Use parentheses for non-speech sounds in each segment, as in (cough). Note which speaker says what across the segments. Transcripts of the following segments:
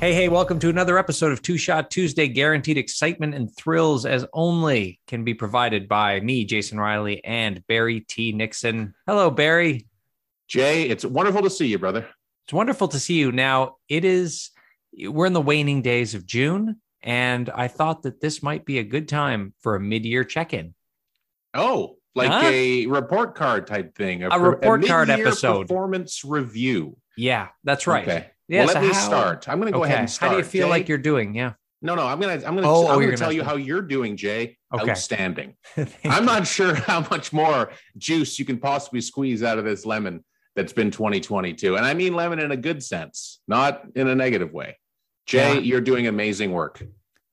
Speaker 1: Hey, hey, welcome to another episode of Two Shot Tuesday. Guaranteed excitement and thrills as only can be provided by me, Jason Riley, and Barry T. Nixon. Hello, Barry.
Speaker 2: Jay, it's wonderful to see you, brother.
Speaker 1: It's wonderful to see you. Now, it is, we're in the waning days of June, and I thought that this might be a good time for a mid year check in.
Speaker 2: Oh, like
Speaker 1: Huh?
Speaker 2: a report card type thing.
Speaker 1: A report card
Speaker 2: mid-year
Speaker 1: episode.
Speaker 2: Performance review.
Speaker 1: Yeah, that's right.
Speaker 2: Okay.
Speaker 1: Yeah,
Speaker 2: well,
Speaker 1: so
Speaker 2: let me
Speaker 1: how-
Speaker 2: start. I'm going to go ahead and start.
Speaker 1: How do you feel
Speaker 2: Jay?
Speaker 1: like you're doing? Yeah. (laughs)
Speaker 2: No, no. I'm going to. I'm going to.
Speaker 1: Oh, oh, you're
Speaker 2: I'm going
Speaker 1: gonna
Speaker 2: to tell you
Speaker 1: ask
Speaker 2: how you're doing, Jay.
Speaker 1: Okay.
Speaker 2: Outstanding. I'm not (laughs) sure how much more juice you can possibly squeeze out of this lemon that's been 2022, and I mean lemon in a good sense, not in a negative way. Jay,
Speaker 1: Yeah.
Speaker 2: you're doing amazing work.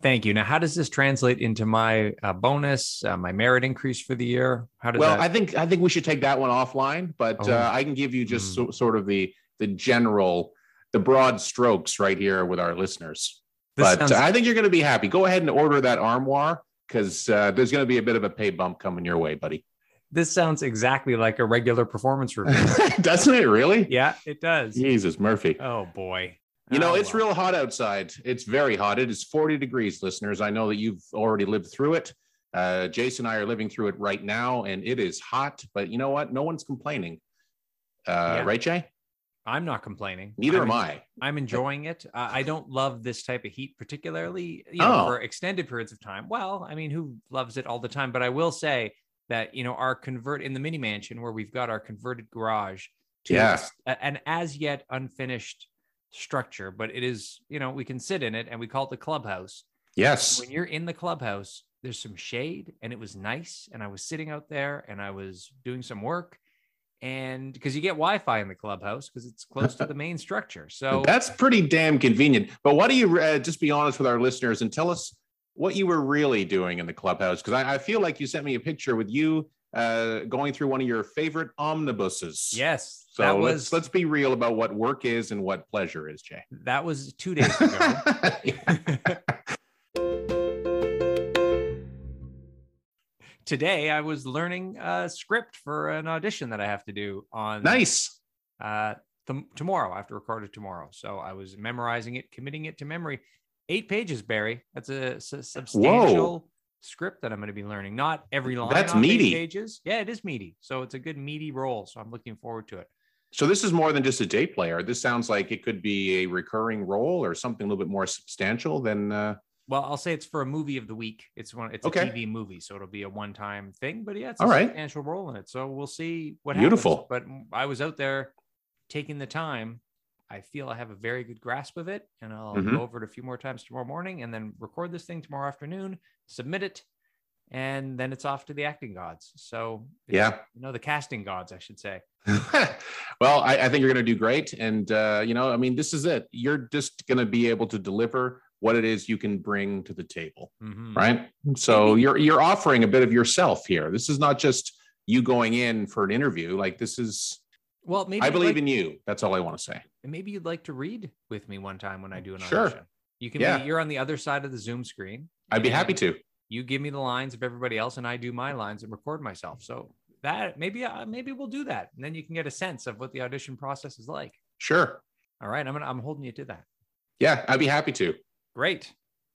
Speaker 1: Thank you. Now, how does this translate into my uh, bonus, uh, my merit increase for the year? How does
Speaker 2: well
Speaker 1: that?
Speaker 2: i think i think we should take that one offline but
Speaker 1: Oh.
Speaker 2: uh, i can give you just so, sort of the the general the broad strokes right here with our listeners
Speaker 1: this
Speaker 2: but
Speaker 1: sounds-
Speaker 2: uh, i think you're going to be happy go ahead and order that armoire because uh, there's going to be a bit of a pay bump coming your way buddy (laughs)
Speaker 1: this sounds exactly like a regular performance review.
Speaker 2: (laughs) doesn't it really
Speaker 1: yeah, it does.
Speaker 2: jesus murphy
Speaker 1: Oh boy.
Speaker 2: you know
Speaker 1: Oh,
Speaker 2: it's
Speaker 1: well.
Speaker 2: real hot outside it's very hot it is 40 degrees listeners i know that you've already lived through it uh, jason and i are living through it right now and it is hot but you know what no one's complaining uh,
Speaker 1: Yeah.
Speaker 2: right jay
Speaker 1: I'm not complaining.
Speaker 2: Neither
Speaker 1: I'm
Speaker 2: am I.
Speaker 1: I'm enjoying it. Uh, I don't love this type of heat particularly you know,
Speaker 2: Oh.
Speaker 1: for extended periods of time. Well, I mean, who loves it all the time? But I will say that you know our convert in the mini mansion where we've got our converted garage to
Speaker 2: Yeah.
Speaker 1: s- a- an as yet unfinished structure, but it is you know we can sit in it and we call it the clubhouse.
Speaker 2: Yes.
Speaker 1: when you're in the clubhouse, there's some shade and it was nice. And I was sitting out there and I was doing some work. And because you get Wi Fi in the clubhouse because it's close
Speaker 2: (laughs)
Speaker 1: to the main structure. So
Speaker 2: That's pretty damn convenient. But why do you uh, just be honest with our listeners and tell us what you were really doing in the clubhouse? Because I, I feel like you sent me a picture with you uh, going through one of your favorite omnibuses.
Speaker 1: yes,
Speaker 2: So
Speaker 1: that
Speaker 2: let's
Speaker 1: was
Speaker 2: let's be real about what work is and what pleasure is, Jay.
Speaker 1: that was two days
Speaker 2: (laughs)
Speaker 1: ago. Today I was learning a script for an audition that I have to do on
Speaker 2: nice.
Speaker 1: uh, tom tomorrow. I have to record it tomorrow. So I was memorizing it, committing it to memory. Eight pages, Barry. That's a, s- substantial script that I'm going to be learning. Not every line.
Speaker 2: That's
Speaker 1: on eight
Speaker 2: meaty.
Speaker 1: Pages. Yeah, it is meaty. So it's a good meaty role. So I'm looking forward to it.
Speaker 2: So this is more than just a day player. This sounds like it could be a recurring role or something a little bit more substantial than. Uh,
Speaker 1: Well, I'll say it's for a movie of the week. It's one. It's
Speaker 2: Okay.
Speaker 1: a TV movie, so it'll be a one-time thing. But yeah, it's
Speaker 2: All
Speaker 1: a
Speaker 2: right.
Speaker 1: substantial role in it. So we'll see what
Speaker 2: Beautiful.
Speaker 1: happens. But I was out there taking the time. I feel I have a very good grasp of it, and I'll
Speaker 2: Mhm.
Speaker 1: go over it a few more times tomorrow morning, and then record this thing tomorrow afternoon, submit it, and then it's off to the acting gods. So it's-
Speaker 2: yeah.
Speaker 1: you know the casting gods, I should say.
Speaker 2: well, I, I think you're going to do great. And, uh, you know, I mean, this is it. You're just going to be able to deliver what it is you can bring to the table,
Speaker 1: Mhm.
Speaker 2: right? So
Speaker 1: Maybe.
Speaker 2: you're, you're offering a bit of yourself here. This is not just you going in for an interview. Like, this is,
Speaker 1: Well, maybe
Speaker 2: I
Speaker 1: you'd
Speaker 2: believe
Speaker 1: like-
Speaker 2: in you. That's all I want to say.
Speaker 1: And maybe you'd like to read with me one time when I do an
Speaker 2: Sure.
Speaker 1: audition. You can
Speaker 2: Yeah.
Speaker 1: be you're on the other side of the Zoom screen.
Speaker 2: I'd be
Speaker 1: and
Speaker 2: happy to.
Speaker 1: You give me the lines of everybody else, and I do my lines and record myself. So that maybe uh, maybe we'll do that, and then you can get a sense of what the audition process is like.
Speaker 2: Sure.
Speaker 1: All right, I'm gonna, I'm holding you to that.
Speaker 2: Yeah, I'd be happy to.
Speaker 1: Great.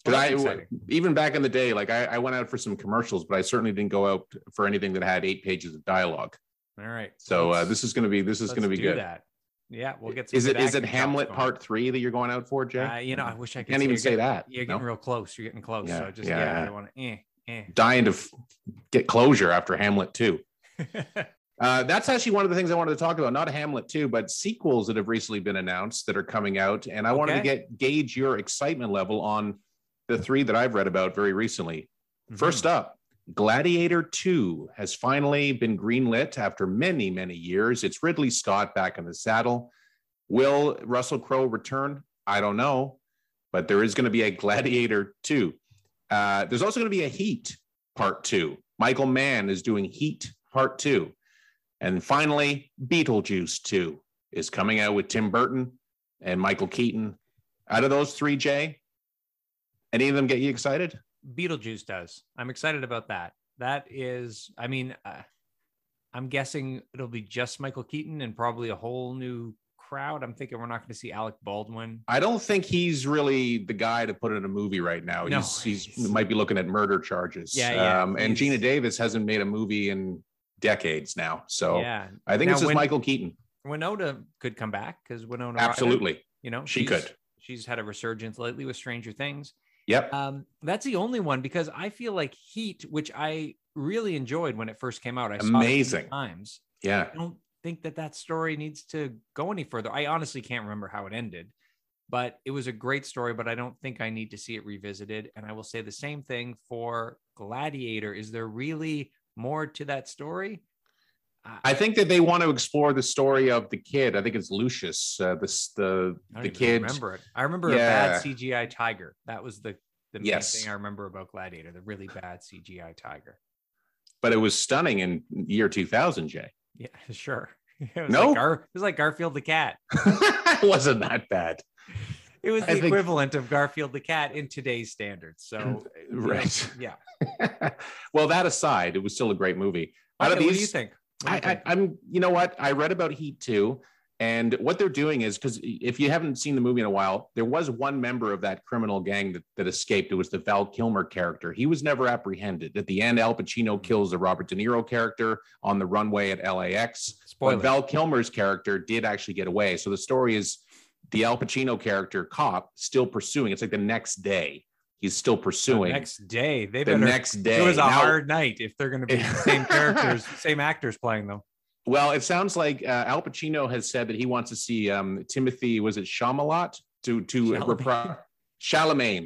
Speaker 1: Well,
Speaker 2: Because
Speaker 1: that's
Speaker 2: I,
Speaker 1: exciting.
Speaker 2: even back in the day, like I, I went out for some commercials, but I certainly didn't go out for anything that had eight pages of dialogue.
Speaker 1: All right.
Speaker 2: So uh,
Speaker 1: Let's-
Speaker 2: this is going to be this is going to
Speaker 1: let's
Speaker 2: be
Speaker 1: do
Speaker 2: good.
Speaker 1: That. Yeah, we'll get. Some
Speaker 2: is
Speaker 1: good
Speaker 2: it is it
Speaker 1: acting chops
Speaker 2: Hamlet
Speaker 1: going.
Speaker 2: Part Three that you're going out for, Jay?
Speaker 1: Uh, you know, I wish I could.
Speaker 2: can't even
Speaker 1: you're
Speaker 2: say
Speaker 1: getting-
Speaker 2: that.
Speaker 1: You're
Speaker 2: no?
Speaker 1: getting real close. You're getting close.
Speaker 2: Yeah,
Speaker 1: So I just
Speaker 2: yeah,
Speaker 1: yeah, I
Speaker 2: yeah.
Speaker 1: don't want to. Eh,
Speaker 2: Dying to f- get closure after Hamlet Two.
Speaker 1: eh. (laughs)
Speaker 2: Uh, that's actually one of the things I wanted to talk about. Not Hamlet Two, but sequels that have recently been announced that are coming out, and I wanted to
Speaker 1: Okay.
Speaker 2: get gauge your excitement level on the three that I've read about very recently. First up, Gladiator 2 has finally been greenlit after many, many years. It's Ridley Scott back in the saddle. Will Russell Crowe return? I don't know, but there is going to be a Gladiator 2. Uh, there's also going to be a Heat Part 2. Michael Mann is doing Heat Part 2. And finally, Beetlejuice 2 is coming out with Tim Burton and Michael Keaton. Out of those three, Jay, any of them get you excited?
Speaker 1: Beetlejuice does. I'm excited about that. That is, I mean, uh, I'm guessing it'll be just Michael Keaton and probably a whole new crowd. I'm thinking we're not going to see Alec Baldwin.
Speaker 2: I don't think he's really the guy to put in a movie right now.
Speaker 1: No,
Speaker 2: he's, he's,
Speaker 1: he's-
Speaker 2: might be looking at murder charges.
Speaker 1: Yeah, yeah,
Speaker 2: um, and
Speaker 1: he's-
Speaker 2: Gina Davis hasn't made a movie in decades now. So
Speaker 1: yeah,
Speaker 2: I think
Speaker 1: Now,
Speaker 2: this is
Speaker 1: when-
Speaker 2: Michael Keaton.
Speaker 1: Winona could come back because Winona. Ryder,
Speaker 2: Absolutely.
Speaker 1: you know
Speaker 2: She
Speaker 1: she's-
Speaker 2: could.
Speaker 1: She's had a resurgence lately with Stranger Things.
Speaker 2: Yep.
Speaker 1: Um, that's the only one because I feel like Heat, which I really enjoyed when it first came out, I saw it many
Speaker 2: Amazing.
Speaker 1: times.
Speaker 2: yeah.
Speaker 1: I don't think that that story needs to go any further. I honestly can't remember how it ended, but it was a great story. But I don't think I need to see it revisited. And I will say the same thing for Gladiator. Is there really more to that story? I-
Speaker 2: I think that they want to explore the story of the kid. I think it's Lucius, uh, this the
Speaker 1: I don't
Speaker 2: the
Speaker 1: even
Speaker 2: kid.
Speaker 1: remember it. I remember a bad
Speaker 2: Yeah.
Speaker 1: CGI tiger. That was the the main
Speaker 2: Yes.
Speaker 1: thing I remember about Gladiator. The really bad CGI tiger.
Speaker 2: But it was stunning in year 2000, Jay. (laughs)
Speaker 1: Yeah, (laughs) sure. It was
Speaker 2: No?
Speaker 1: like Gar- it was like Garfield the cat.
Speaker 2: it wasn't that bad,
Speaker 1: It was
Speaker 2: I
Speaker 1: the
Speaker 2: think-
Speaker 1: equivalent of Garfield the cat in today's standards. So you know,
Speaker 2: (laughs) right?
Speaker 1: yeah.
Speaker 2: (laughs) well, that aside, it was still a great movie. Out of
Speaker 1: Okay, what do you
Speaker 2: these-
Speaker 1: think? What do you
Speaker 2: I, I,
Speaker 1: think?
Speaker 2: I'm, you know what? I read about Heat too, and what they're doing is because if you haven't seen the movie in a while, there was one member of that criminal gang that, that escaped. It was the Val Kilmer character. He was never apprehended. At the end, Al
Speaker 1: Mm-hmm.
Speaker 2: Pacino kills the Robert De Niro character on the runway at LAX.
Speaker 1: Spoiler.
Speaker 2: But Val Kilmer's character did actually get away. So the story is the Al Pacino character, cop, still pursuing. It's like the next day. He's still
Speaker 1: The
Speaker 2: pursuing. The next,
Speaker 1: next day. They better
Speaker 2: day.
Speaker 1: it was a
Speaker 2: Now-
Speaker 1: hard night if they're gonna be the
Speaker 2: (laughs)
Speaker 1: same characters, same actors playing them.
Speaker 2: Well, it sounds like uh, Al Pacino has said that he wants to see um, Timothy. Was it Shamalat to to
Speaker 1: Chalamet.
Speaker 2: repri- Chalamet,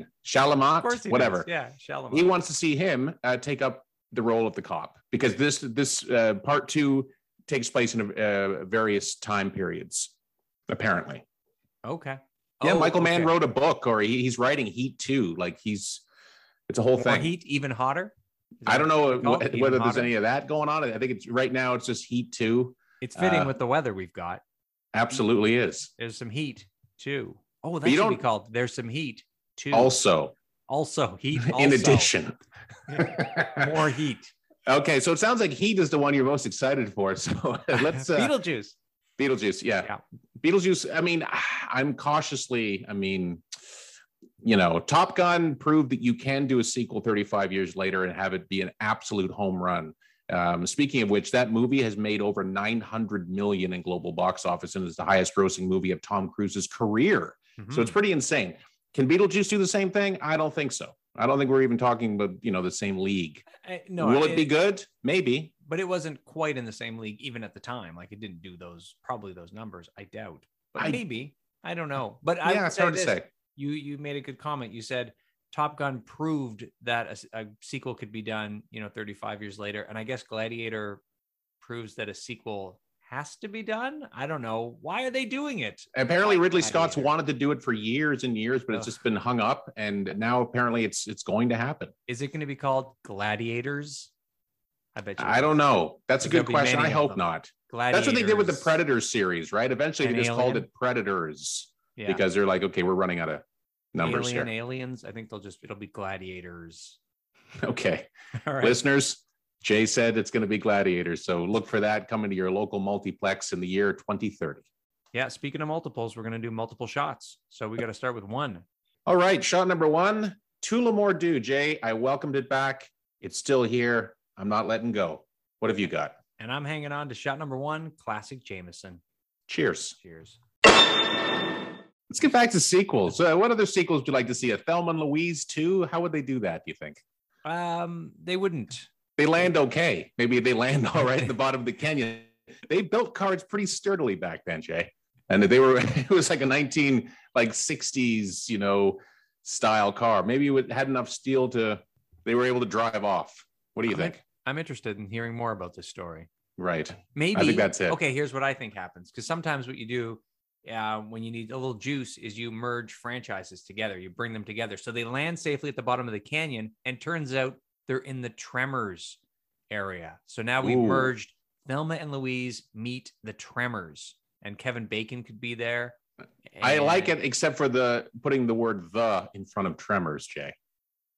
Speaker 1: Of course
Speaker 2: Shalamat,
Speaker 1: he
Speaker 2: whatever.
Speaker 1: does. Yeah, Shalimar.
Speaker 2: He wants to see him uh, take up the role of the cop because this this uh, part two takes place in uh, various time periods. Apparently,
Speaker 1: okay.
Speaker 2: yeah.
Speaker 1: Oh,
Speaker 2: Michael Mann
Speaker 1: okay.
Speaker 2: wrote a book, or he, he's writing Heat Two. Like he's, it's a whole
Speaker 1: More
Speaker 2: thing.
Speaker 1: heat even hotter. Is that
Speaker 2: I don't
Speaker 1: what
Speaker 2: know
Speaker 1: it's called?
Speaker 2: wh-
Speaker 1: Even
Speaker 2: whether there's
Speaker 1: hotter?
Speaker 2: any of that going on. I think it's right now. It's just Heat Two.
Speaker 1: It's fitting
Speaker 2: uh,
Speaker 1: with the weather we've got.
Speaker 2: Absolutely is.
Speaker 1: There's some heat too. Oh, that
Speaker 2: you
Speaker 1: should be
Speaker 2: don't-
Speaker 1: called. There's some heat too.
Speaker 2: Also,
Speaker 1: also heat.
Speaker 2: (laughs) in
Speaker 1: also.
Speaker 2: addition.
Speaker 1: (laughs) more heat.
Speaker 2: (laughs) okay, so it sounds like Heat is the one you're most excited for. So (laughs) let's uh,
Speaker 1: Beetlejuice.
Speaker 2: Beetlejuice. Yeah.
Speaker 1: Yeah.
Speaker 2: Beetlejuice. I mean, (sighs) I'm cautiously. I mean, you know, Top Gun proved that you can do a sequel 35 years later and have it be an absolute home run. Um, speaking of which, that movie has made over 900 million in global box office and is the highest-grossing movie of Tom Cruise's career. So
Speaker 1: Hmm. Mm-hmm.
Speaker 2: it's pretty insane. Can Beetlejuice do the same thing? I don't think so. I don't think we're even talking about you know the same league.
Speaker 1: I- Uh, no.
Speaker 2: Will it be good? Maybe.
Speaker 1: But it wasn't quite in the same league even at the time. Like it didn't do those probably those numbers. I doubt. But
Speaker 2: I-
Speaker 1: maybe I don't know. But I
Speaker 2: yeah,
Speaker 1: would
Speaker 2: it's hard to
Speaker 1: this.
Speaker 2: say.
Speaker 1: You you made a good comment. You said Top Gun proved that a s- a, sequel could be done. You know, 35 years later, and I guess Gladiator proves that a sequel has to be done. I don't know why are they doing it.
Speaker 2: Apparently, Ridley
Speaker 1: Not
Speaker 2: Scott's
Speaker 1: either.
Speaker 2: wanted to do it for years and years, but it's
Speaker 1: Ugh.
Speaker 2: just been hung up, and now apparently it's it's going to happen.
Speaker 1: Is it going to be called Gladiators? I bet you.
Speaker 2: I don't know. That's a
Speaker 1: There'll
Speaker 2: good
Speaker 1: be
Speaker 2: question.
Speaker 1: many
Speaker 2: I
Speaker 1: of
Speaker 2: hope
Speaker 1: them.
Speaker 2: not.
Speaker 1: Gladiators.
Speaker 2: That's what they did with the Predators series, right? Eventually, they
Speaker 1: And
Speaker 2: just called
Speaker 1: Alien.
Speaker 2: it Predators
Speaker 1: Yeah.
Speaker 2: because they're like, okay, we're running out of numbers
Speaker 1: Alien
Speaker 2: here.
Speaker 1: aliens. I think they'll just it'll be gladiators.
Speaker 2: (laughs)
Speaker 1: (laughs)
Speaker 2: Okay,
Speaker 1: All right.
Speaker 2: listeners. Jay said it's going to be Gladiators, so look for that coming to your local multiplex in the year 2030.
Speaker 1: Yeah. Speaking of multiples, we're gonna do multiple shots. So we got to start with one.
Speaker 2: All right, shot number one, Tullamore Dew, Jay. I welcomed it back. It's still here. I'm not letting go. What have you got?
Speaker 1: And I'm hanging on to shot number one, classic Jameson.
Speaker 2: Cheers.
Speaker 1: Cheers.
Speaker 2: Let's get back to sequels. Uh, what other sequels would you like to see? A Thelma and Louise 2? How would they do that, do you think?
Speaker 1: Um, they wouldn't.
Speaker 2: They land okay. Maybe they land all right at
Speaker 1: (laughs)
Speaker 2: the bottom of the canyon. They built cars pretty sturdily back then, Jay. And they were, (laughs) it was like a 19, like 60s, you know, style car. Maybe it had enough steel to, they were able to drive off. What do you
Speaker 1: I mean-
Speaker 2: think?
Speaker 1: I'm interested in hearing more about this story.
Speaker 2: Right.
Speaker 1: Maybe
Speaker 2: that's it.
Speaker 1: Okay, here's what I think happens because sometimes what you do uh, when you need a little juice is you merge franchises together, you bring them together. So they land safely at the bottom of the canyon, and turns out they're in the Tremors area. So now we
Speaker 2: Ooh.
Speaker 1: merged Thelma and Louise meet the Tremors, and Kevin Bacon could be there.
Speaker 2: I like
Speaker 1: and-
Speaker 2: it, except for the putting the word "the" in front of tremors, Jay.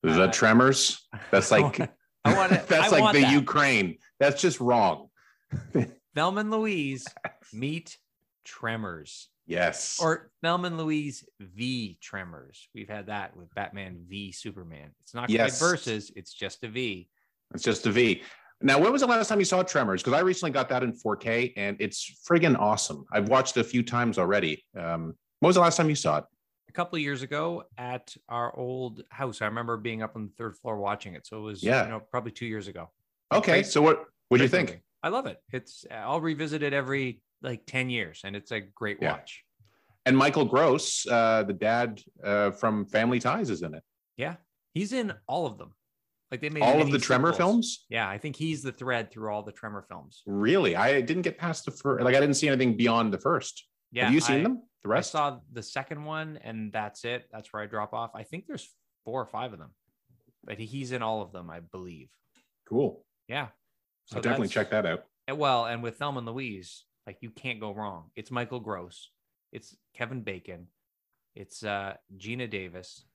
Speaker 2: The
Speaker 1: Uh,
Speaker 2: tremors. That's like
Speaker 1: I want it.
Speaker 2: (laughs)
Speaker 1: I
Speaker 2: that's like
Speaker 1: want
Speaker 2: the
Speaker 1: that.
Speaker 2: Ukraine. That's just wrong. (laughs)
Speaker 1: Thelma and Louise meet Tremors.
Speaker 2: Yes.
Speaker 1: Or Thelma and Louise v Tremors. We've had that with Batman v Superman. It's not quite
Speaker 2: Yes.
Speaker 1: versus, it's just a V.
Speaker 2: It's just a V. Now, when was the last time you saw Tremors? Because I recently got that in 4K and it's friggin' awesome. I've watched it a few times already. Um, when was the last time you saw it?
Speaker 1: A couple of years ago at our old house, I remember being up on the third floor watching it. So it was,
Speaker 2: Yeah.
Speaker 1: you know, probably two years ago.
Speaker 2: Okay.
Speaker 1: Great-
Speaker 2: So what what do you
Speaker 1: Great
Speaker 2: think?
Speaker 1: movie. I love it. It's I'll revisit it every like 10 years and it's a great
Speaker 2: Yeah.
Speaker 1: watch.
Speaker 2: And Michael Gross, uh, the dad uh, from Family Ties, is in it.
Speaker 1: He's in all of them. Like they made
Speaker 2: All of
Speaker 1: many
Speaker 2: the Tremor
Speaker 1: sequels.
Speaker 2: films?
Speaker 1: Yeah, I think he's the thread through all the Tremor films.
Speaker 2: Really? I didn't get past the first. Like I didn't see anything beyond the first.
Speaker 1: Yeah,
Speaker 2: Have you seen
Speaker 1: I-
Speaker 2: them? The
Speaker 1: I
Speaker 2: rest?
Speaker 1: saw the second one, and that's it. That's where I drop off. I think there's four or five of them, but he- he's in all of them, I believe.
Speaker 2: Cool.
Speaker 1: Yeah,
Speaker 2: I'll definitely
Speaker 1: that's-
Speaker 2: check that out.
Speaker 1: and Well, and with Thelma and Louise, like you can't go wrong. It's Michael Gross, it's Kevin Bacon, it's uh, Gina Davis,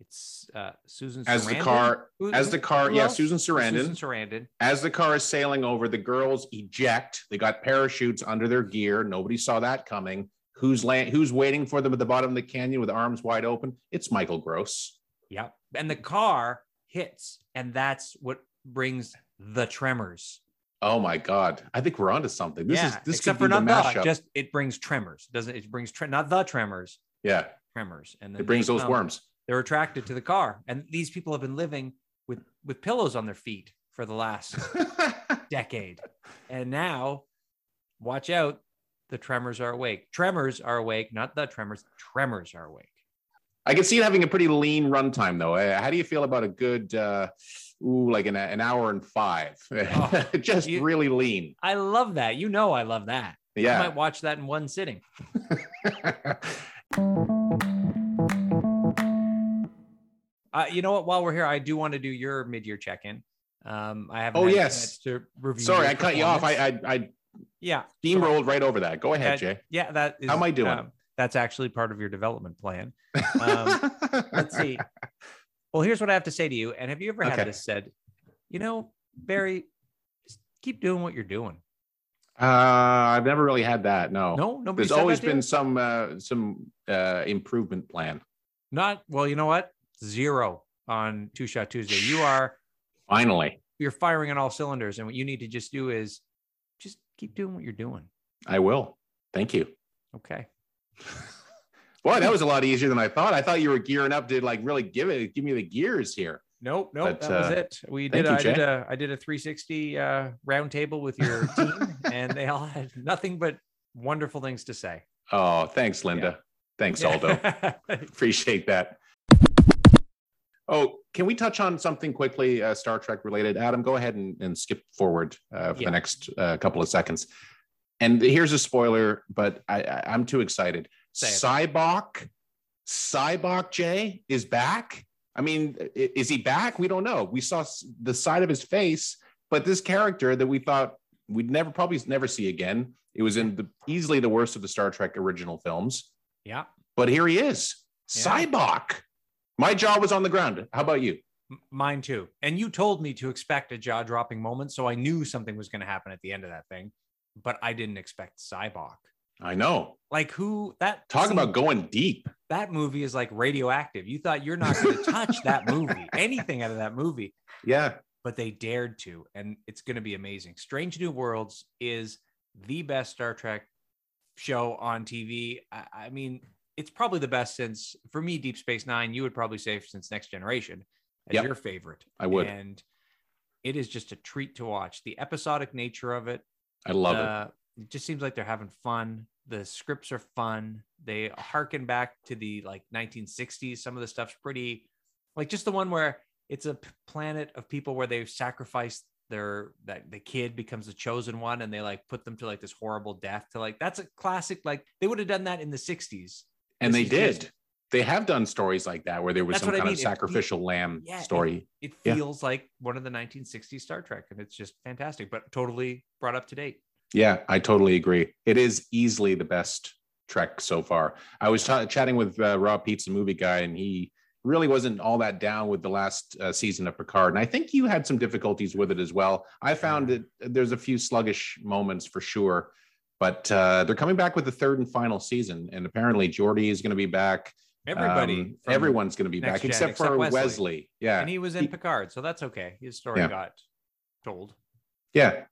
Speaker 1: it's uh, Susan
Speaker 2: As the
Speaker 1: Sarandon?
Speaker 2: car,
Speaker 1: Who-
Speaker 2: as
Speaker 1: who-
Speaker 2: the car,
Speaker 1: who
Speaker 2: yeah,
Speaker 1: else?
Speaker 2: Susan Sarandon.
Speaker 1: Susan Sarandon.
Speaker 2: As the car is sailing over, the girls eject. They got parachutes under their gear. Nobody saw that coming. Who's land, who's waiting for them at the bottom of the canyon with arms wide open? It's Michael Gross.
Speaker 1: Yep, and the car hits, and that's what brings the tremors.
Speaker 2: Oh my God. I think we're onto something. This is this could
Speaker 1: except
Speaker 2: be
Speaker 1: for
Speaker 2: the
Speaker 1: not the,
Speaker 2: mashup.
Speaker 1: just it brings tremors. Doesn't it brings tre- not the tremors,
Speaker 2: yeah,
Speaker 1: tremors, and then
Speaker 2: it brings
Speaker 1: they
Speaker 2: those
Speaker 1: come.
Speaker 2: worms. (laughs)
Speaker 1: They're attracted to the car, and these people have been living with with pillows on their feet for the
Speaker 2: (laughs)
Speaker 1: last decade, and now, watch out, the tremors are awake. Tremors are awake, not the tremors. Tremors are awake.
Speaker 2: I can see it having a pretty lean runtime though. Uh, How do you feel about a good, uh, ooh, like an, an hour and five?
Speaker 1: Oh,
Speaker 2: (laughs) just
Speaker 1: you-
Speaker 2: really lean.
Speaker 1: I love that. You know, I love that.
Speaker 2: Yeah.
Speaker 1: I might watch that in one sitting.
Speaker 2: (laughs)
Speaker 1: Uh, you know what? While we're here, I do want to do your mid-year check-in. Um, I haven't.
Speaker 2: Oh,
Speaker 1: had a
Speaker 2: yes.
Speaker 1: chance to review.
Speaker 2: Sorry,
Speaker 1: your
Speaker 2: I cut you off. I
Speaker 1: performance.
Speaker 2: I, I
Speaker 1: yeah,
Speaker 2: steamrolled right over that. Go ahead, Jay.
Speaker 1: yeah. That is.
Speaker 2: How am I doing?
Speaker 1: um, that's actually part of your development plan.
Speaker 2: (laughs)
Speaker 1: um, Let's see. Well, here's what I have to say to you. And have you ever had
Speaker 2: Okay.
Speaker 1: this said? You know, Barry, just keep doing what you're doing.
Speaker 2: Uh, I've never really had that. No.
Speaker 1: No, nobody.
Speaker 2: Oh, There's always been some uh, some uh, improvement plan.
Speaker 1: not. Well, you know what? Zero on Two Shot Tuesday. You are
Speaker 2: Finally,
Speaker 1: you're firing on all cylinders, and what you need to just do is just keep doing what you're doing.
Speaker 2: I will. Thank you.
Speaker 1: Okay.
Speaker 2: Boy, that was a lot easier than I thought. I thought you were gearing up to like really give it, give me the gears here.
Speaker 1: Nope, nope,
Speaker 2: But,
Speaker 1: that was
Speaker 2: uh,
Speaker 1: it. We
Speaker 2: thank
Speaker 1: did.
Speaker 2: you,
Speaker 1: I did
Speaker 2: Jay.
Speaker 1: a I did a 360 uh, round table with
Speaker 2: (laughs)
Speaker 1: your team, and they all had nothing but wonderful things to say.
Speaker 2: Oh, thanks, Linda. Thanks, Aldo. Appreciate that. Oh, can we touch on something quickly, uh, Star Trek related? Adam, go ahead and, and skip forward uh, for
Speaker 1: Yeah.
Speaker 2: the next uh, couple of seconds. And here's a spoiler, but I, I, I'm too excited.
Speaker 1: Say it.
Speaker 2: Cybok, Cybok J is back. I mean, i- is he back? We don't know. We saw s- the side of his face, but this character that we thought we'd never probably never see again. It was in the easily the worst of the Star Trek original films
Speaker 1: (laughs) yeah,
Speaker 2: but here he is.
Speaker 1: Yeah.
Speaker 2: Cybok. My jaw was on the ground. How about you?
Speaker 1: m- mine too. And you told me to expect a jaw dropping moment, so I knew something was going to happen at the end of that thing, but I didn't expect Cybok.
Speaker 2: I know.
Speaker 1: Like who that
Speaker 2: Talk
Speaker 1: see,
Speaker 2: about going deep.
Speaker 1: that movie is like radioactive. You thought you're not going to touch that movie, anything out of that movie.
Speaker 2: Yeah.
Speaker 1: but they dared to, and it's going to be amazing. Strange New Worlds is the best Star Trek show on TV. I, I mean, it's probably the best since, for me, Deep Space Nine. You would probably say since Next Generation as
Speaker 2: Yep.
Speaker 1: your favorite.
Speaker 2: I would.
Speaker 1: and it is just a treat to watch. The episodic nature of it,
Speaker 2: I love it.
Speaker 1: uh, it. just seems like they're having fun. The scripts are fun. They harken back to the like 1960s. Some of the stuff's pretty, like just the one where it's a p- planet of people where they've sacrificed their that the kid becomes the chosen one, and they like put them to like this horrible death. To like that's a classic. Like they would have done that in the 60s.
Speaker 2: And they
Speaker 1: this is
Speaker 2: did.
Speaker 1: just-
Speaker 2: they have done stories like that where there was
Speaker 1: That's
Speaker 2: some
Speaker 1: what I
Speaker 2: kind
Speaker 1: mean.
Speaker 2: of
Speaker 1: If you-
Speaker 2: sacrificial lamb
Speaker 1: Yeah, if-
Speaker 2: story.
Speaker 1: It
Speaker 2: Yeah.
Speaker 1: feels like one of the 1960s Star Trek, and it's just fantastic, but totally brought up to date.
Speaker 2: Yeah, I totally agree. It is easily the best Trek so far. I was ta- chatting with uh, Rob Pete's the movie guy, and he really wasn't all that down with the last uh, season of Picard. And I think you had some difficulties with it as well. I found
Speaker 1: Yeah.
Speaker 2: that there's a few sluggish moments for sure, But uh, they're coming back with the third and final season, and apparently Jordy is going to be back.
Speaker 1: Everybody,
Speaker 2: Um,
Speaker 1: from-
Speaker 2: everyone's going to be
Speaker 1: Next
Speaker 2: back
Speaker 1: Gen,
Speaker 2: except,
Speaker 1: except
Speaker 2: for
Speaker 1: Wesley.
Speaker 2: Wesley. Yeah,
Speaker 1: and he was in
Speaker 2: he-
Speaker 1: Picard, so that's okay. His story
Speaker 2: Yeah.
Speaker 1: got told.
Speaker 2: yeah.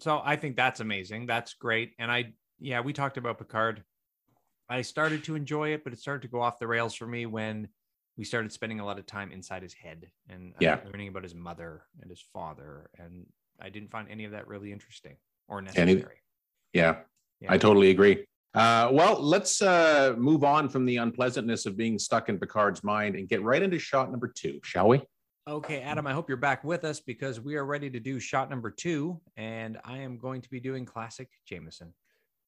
Speaker 1: So I think that's amazing. That's great. And I, yeah, we talked about Picard. I started to enjoy it, but it started to go off the rails for me when we started spending a lot of time inside his head and uh,
Speaker 2: Yeah.
Speaker 1: learning about his mother and his father. And I didn't find any of that really interesting or
Speaker 2: he-
Speaker 1: necessary.
Speaker 2: Yeah,
Speaker 1: Yeah.
Speaker 2: I totally agree. Uh, well, let's uh, move on from the unpleasantness of being stuck in Picard's mind and get right into shot number two, shall we?
Speaker 1: Okay, Adam, I hope you're back with us because we are ready to do shot number two. And I am going to be doing classic Jameson.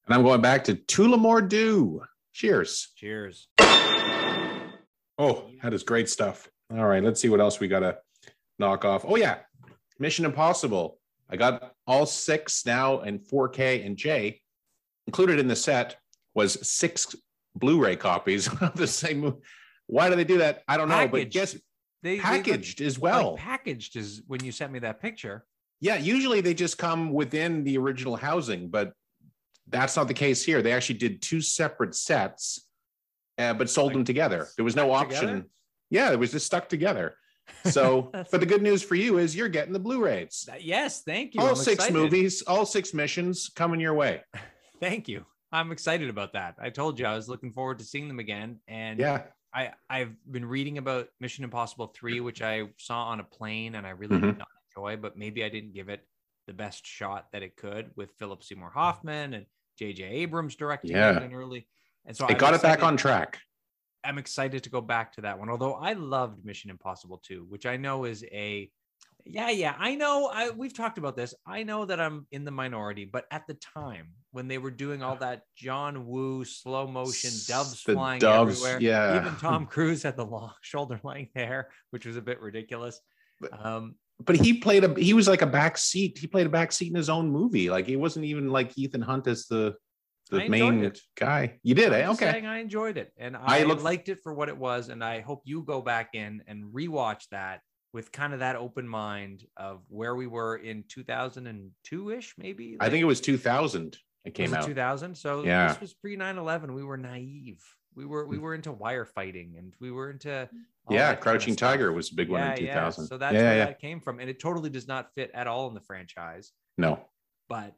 Speaker 2: And I'm going back to Tullamore Dew. Cheers.
Speaker 1: Cheers.
Speaker 2: Oh, that is great stuff. All right, let's see what else we got to knock off. Oh, yeah, Mission Impossible. I got all six now in 4K and J. Included in the set was six Blu ray copies (laughs) of the same movie. Why do they do that? I don't know, but
Speaker 1: Packaged.
Speaker 2: guess
Speaker 1: They they look
Speaker 2: packaged as
Speaker 1: like
Speaker 2: well.
Speaker 1: packaged is when you sent me that picture.
Speaker 2: Yeah, usually they just come within the original housing, but that's not the case here. They actually did two separate sets, uh, but sold
Speaker 1: Like,
Speaker 2: them together. There was no
Speaker 1: stuck
Speaker 2: option.
Speaker 1: together?
Speaker 2: Yeah, it was just stuck
Speaker 1: (laughs)
Speaker 2: together. So, but the good news for you is you're getting the Blu-rays.
Speaker 1: That- Yes, thank you.
Speaker 2: All
Speaker 1: I'm
Speaker 2: six
Speaker 1: excited.
Speaker 2: movies, all six missions coming your way.
Speaker 1: Thank you. I'm excited about that. I told you I was looking forward to seeing them again. And
Speaker 2: Yeah,
Speaker 1: I, I've been reading about Mission Impossible 3, which I saw on a plane and I really
Speaker 2: Mm-hmm.
Speaker 1: did not enjoy, but maybe I didn't give it the best shot that it could with Philip Seymour Hoffman and JJ Abrams directing
Speaker 2: Yeah.
Speaker 1: it and early. And so
Speaker 2: they
Speaker 1: I'm
Speaker 2: got it back
Speaker 1: excited-
Speaker 2: on track.
Speaker 1: I'm excited to go back to that one. Although I loved Mission Impossible 2, which I know is a yeah, yeah. I know I we've talked about this. I know that I'm in the minority, but at the time when they were doing all that John Woo slow motion doves
Speaker 2: The
Speaker 1: flying
Speaker 2: doves,
Speaker 1: everywhere.
Speaker 2: Yeah,
Speaker 1: Even Tom Cruise had the long (laughs) shoulder length hair, which was a bit ridiculous.
Speaker 2: But-
Speaker 1: Um,
Speaker 2: but he played a he was like a back seat. He played a back seat in his own movie. Like it wasn't even like Ethan Hunt as the
Speaker 1: I
Speaker 2: the
Speaker 1: enjoyed
Speaker 2: main
Speaker 1: it.
Speaker 2: guy. You did,
Speaker 1: I'm
Speaker 2: eh?
Speaker 1: just
Speaker 2: Okay.
Speaker 1: saying I enjoyed it and I,
Speaker 2: I look-
Speaker 1: liked it for what it was. And I hope you go back in and rewatch that with kind of that open mind of where we were in 2002 ish, maybe.
Speaker 2: I think it was 2000 it came out.
Speaker 1: 2000. So
Speaker 2: Yeah. Mm.
Speaker 1: this was pre 9 11. We were naive. We were we were into wire fighting and we were into all that
Speaker 2: Yeah,
Speaker 1: kind of
Speaker 2: Crouching
Speaker 1: stuff.
Speaker 2: Tiger was a big one
Speaker 1: Yeah,
Speaker 2: in
Speaker 1: yeah.
Speaker 2: 2000.
Speaker 1: So that's
Speaker 2: yeah,
Speaker 1: where
Speaker 2: yeah.
Speaker 1: that came from. And it totally does not fit at all in the franchise,
Speaker 2: No,
Speaker 1: but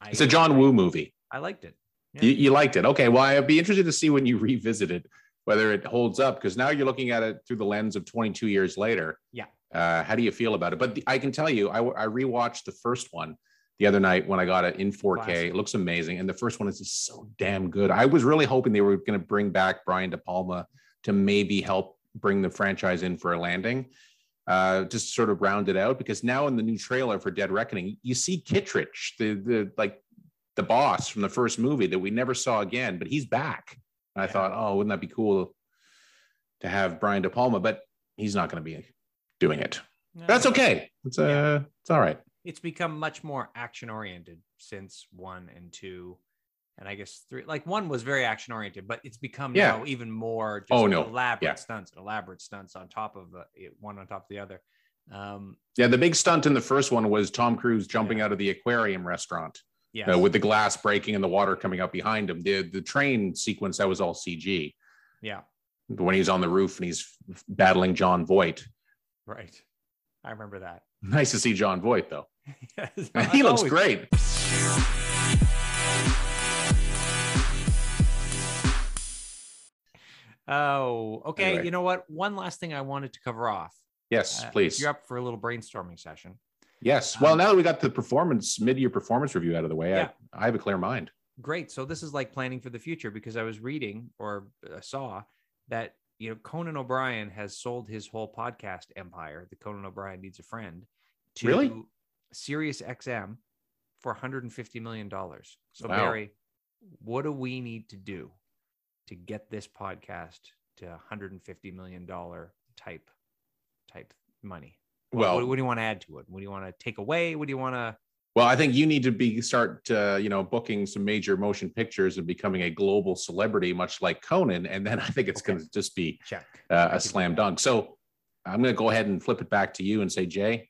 Speaker 1: I,
Speaker 2: it's a John Woo movie.
Speaker 1: I liked it. Yeah.
Speaker 2: You, you liked it. Okay. Well, I'd be interested to see when you revisit it, whether it holds up, because now you're looking at it through the lens of 22 years later.
Speaker 1: Yeah.
Speaker 2: Uh, how do you feel about it? But the, I can tell you, I, w- I rewatched the first one the other night when I got it in 4K.
Speaker 1: Classic.
Speaker 2: It looks amazing. And the first one is just so damn good. I was really hoping they were going to bring back Brian De Palma to maybe help bring the franchise in for a landing. Uh, just sort of round it out because now in the new trailer for Dead Reckoning, you see Kittredge, the the like the boss from the first movie that we never saw again, but he's back. And I
Speaker 1: Yeah.
Speaker 2: thought, oh, wouldn't that be cool to have Brian De Palma? But he's not going to be doing it.
Speaker 1: No.
Speaker 2: That's okay. It's uh,
Speaker 1: Yeah.
Speaker 2: it's all right.
Speaker 1: it's become much more action oriented since one and two and i guess three like one was very action oriented but it's become
Speaker 2: Yeah.
Speaker 1: now even more just
Speaker 2: Oh, no.
Speaker 1: elaborate
Speaker 2: Yeah.
Speaker 1: stunts and elaborate stunts on top of uh, it, one on top of the other um
Speaker 2: Yeah, the big stunt in the first one was Tom Cruise jumping
Speaker 1: Yeah.
Speaker 2: out of the aquarium restaurant
Speaker 1: yeah
Speaker 2: uh, with the glass breaking and the water coming up behind him. The the train sequence that was all CG
Speaker 1: yeah
Speaker 2: when he's on the roof and he's battling John Voight.
Speaker 1: right i remember that (laughs)
Speaker 2: (laughs) Nice to see John Voight though.
Speaker 1: Yes,
Speaker 2: he
Speaker 1: as Oh,
Speaker 2: looks
Speaker 1: always.
Speaker 2: great.
Speaker 1: oh okay
Speaker 2: Anyway.
Speaker 1: you know what one last thing i wanted to cover off
Speaker 2: Yes,
Speaker 1: Uh, if
Speaker 2: please.
Speaker 1: you're up for a little brainstorming session
Speaker 2: Yes. Well,
Speaker 1: Um,
Speaker 2: now that we got the performance mid-year performance review out of the way,
Speaker 1: Yeah.
Speaker 2: I, I have a clear mind.
Speaker 1: great. So this is like planning for the future because I was reading or uh, saw that you know Conan O'Brien has sold his whole podcast empire, the Conan O'Brien Needs a Friend, to
Speaker 2: Really?
Speaker 1: Sirius XM for 150 million dollars. So
Speaker 2: Wow.
Speaker 1: Barry, what do we need to do to get this podcast to 150 million dollar type type money?
Speaker 2: Well,
Speaker 1: what, what do you want to add to it? What do you want to take away? What do you want to
Speaker 2: well, I think you need to be start, uh, you know, booking some major motion pictures and becoming a global celebrity, much like Conan. And then I think it's
Speaker 1: Okay.
Speaker 2: going to just be
Speaker 1: check?
Speaker 2: uh,
Speaker 1: I
Speaker 2: a
Speaker 1: can
Speaker 2: slam
Speaker 1: do that.
Speaker 2: dunk. So I'm going to go ahead and flip it back to you and say, Jay,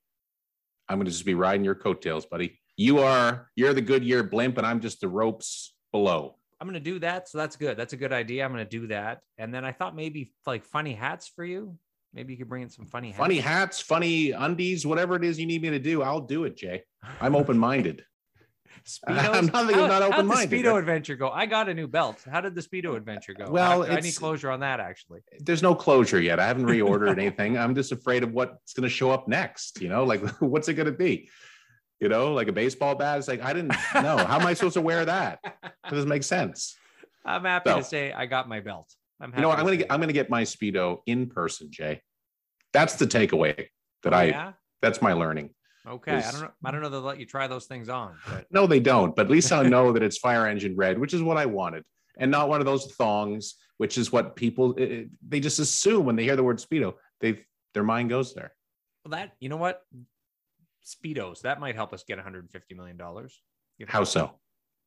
Speaker 2: I'm going to just be riding your coattails, buddy. You are you're the Goodyear blimp, and I'm just the ropes below.
Speaker 1: I'm gonna do that. So that's good. That's a good idea. I'm gonna do that. And then I thought maybe like funny hats for you. Maybe you could bring in some funny hats.
Speaker 2: Funny hats, funny undies, whatever it is you need me to do, I'll do it, Jay. I'm open minded. (laughs)
Speaker 1: Speedos?
Speaker 2: I'm not- I'm not
Speaker 1: how'd
Speaker 2: open-minded.
Speaker 1: the Speedo adventure go? I got a new belt. How did the Speedo adventure go?
Speaker 2: Well,
Speaker 1: I, I need
Speaker 2: it's-
Speaker 1: closure on that
Speaker 2: (laughs)
Speaker 1: actually.
Speaker 2: There's no closure yet. I haven't reordered anything. I'm just afraid of what's going to show up next. You know, like (laughs) what's it going to be? You know, like a baseball bat. It's like I didn't know. How am I supposed to wear that? That doesn't make sense.
Speaker 1: I'm happy to
Speaker 2: So-
Speaker 1: say I got my belt. I'm happy
Speaker 2: You know what?
Speaker 1: to
Speaker 2: I'm gonna
Speaker 1: say
Speaker 2: get
Speaker 1: that.
Speaker 2: I'm gonna get my speedo in person, Jay. That's the takeaway that
Speaker 1: Oh,
Speaker 2: I
Speaker 1: yeah?
Speaker 2: that's my learning.
Speaker 1: Okay, I
Speaker 2: is-
Speaker 1: don't know. I don't know they'll let you try those things on, but
Speaker 2: (sighs) No, they don't, but at least
Speaker 1: (laughs)
Speaker 2: I know that it's fire engine red, which is what I wanted, and not one of those thongs, which is what people it- it- they just assume when they hear the word speedo, they their mind goes there.
Speaker 1: well, that you know what, speedos that might help us get 150 million dollars.
Speaker 2: How so?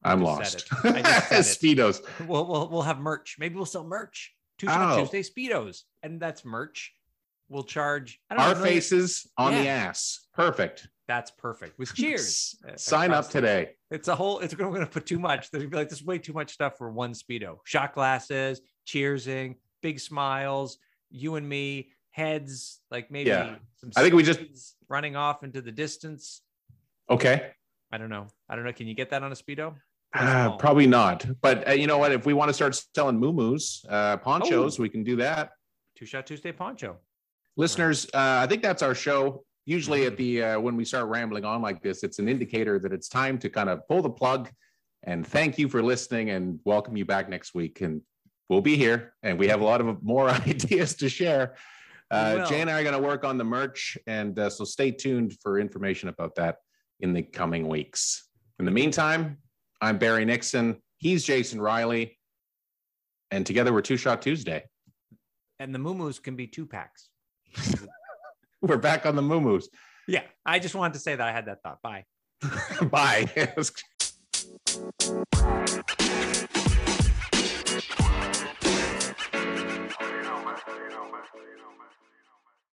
Speaker 2: I'm
Speaker 1: I
Speaker 2: lost.
Speaker 1: just said it. I
Speaker 2: (laughs)
Speaker 1: just said
Speaker 2: speedos.
Speaker 1: We'll, we'll we'll have merch. Maybe we'll sell merch. Two Shot
Speaker 2: Oh.
Speaker 1: Tuesday speedos, and that's merch. We'll charge I don't
Speaker 2: Our
Speaker 1: know, a million-
Speaker 2: faces on the
Speaker 1: Yeah.
Speaker 2: ass. Perfect.
Speaker 1: That's perfect.
Speaker 2: (laughs)
Speaker 1: With cheers.
Speaker 2: S- Sign up
Speaker 1: Across-
Speaker 2: today.
Speaker 1: It's a whole. It's going to put too much. There's gonna be like this is way too much stuff for one speedo. Shot glasses, cheersing, big smiles, you and me, heads. Like maybe
Speaker 2: Yeah.
Speaker 1: some.
Speaker 2: I think we just-
Speaker 1: speeds running off into the distance.
Speaker 2: Okay.
Speaker 1: I don't know. I don't know. Can you get that on a speedo? That's
Speaker 2: Uh,
Speaker 1: small.
Speaker 2: probably not. But uh, you know what? If we want to start selling muumuus, uh, ponchos,
Speaker 1: Oh.
Speaker 2: we can do that.
Speaker 1: Two shot Tuesday poncho.
Speaker 2: Listeners, uh, I think that's our show. Usually,
Speaker 1: Mm-hmm.
Speaker 2: at the uh, when we start rambling on like this, it's an indicator that it's time to kind of pull the plug. And thank you for listening, and welcome you back next week. And we'll be here, and we have a lot of more (laughs) ideas to share.
Speaker 1: We will.
Speaker 2: Uh, Jay and I are going to work on the merch, and uh, so stay tuned for information about that in the coming weeks. In the meantime, I'm Barry Nixon. He's Jason Riley. And together we're Two Shot Tuesday. (laughs)
Speaker 1: And the muumuus can be two packs.
Speaker 2: We're back on the (laughs) moo
Speaker 1: Yeah. I just
Speaker 2: (laughs)
Speaker 1: wanted to say that I had that thought. Bye.
Speaker 2: Bye.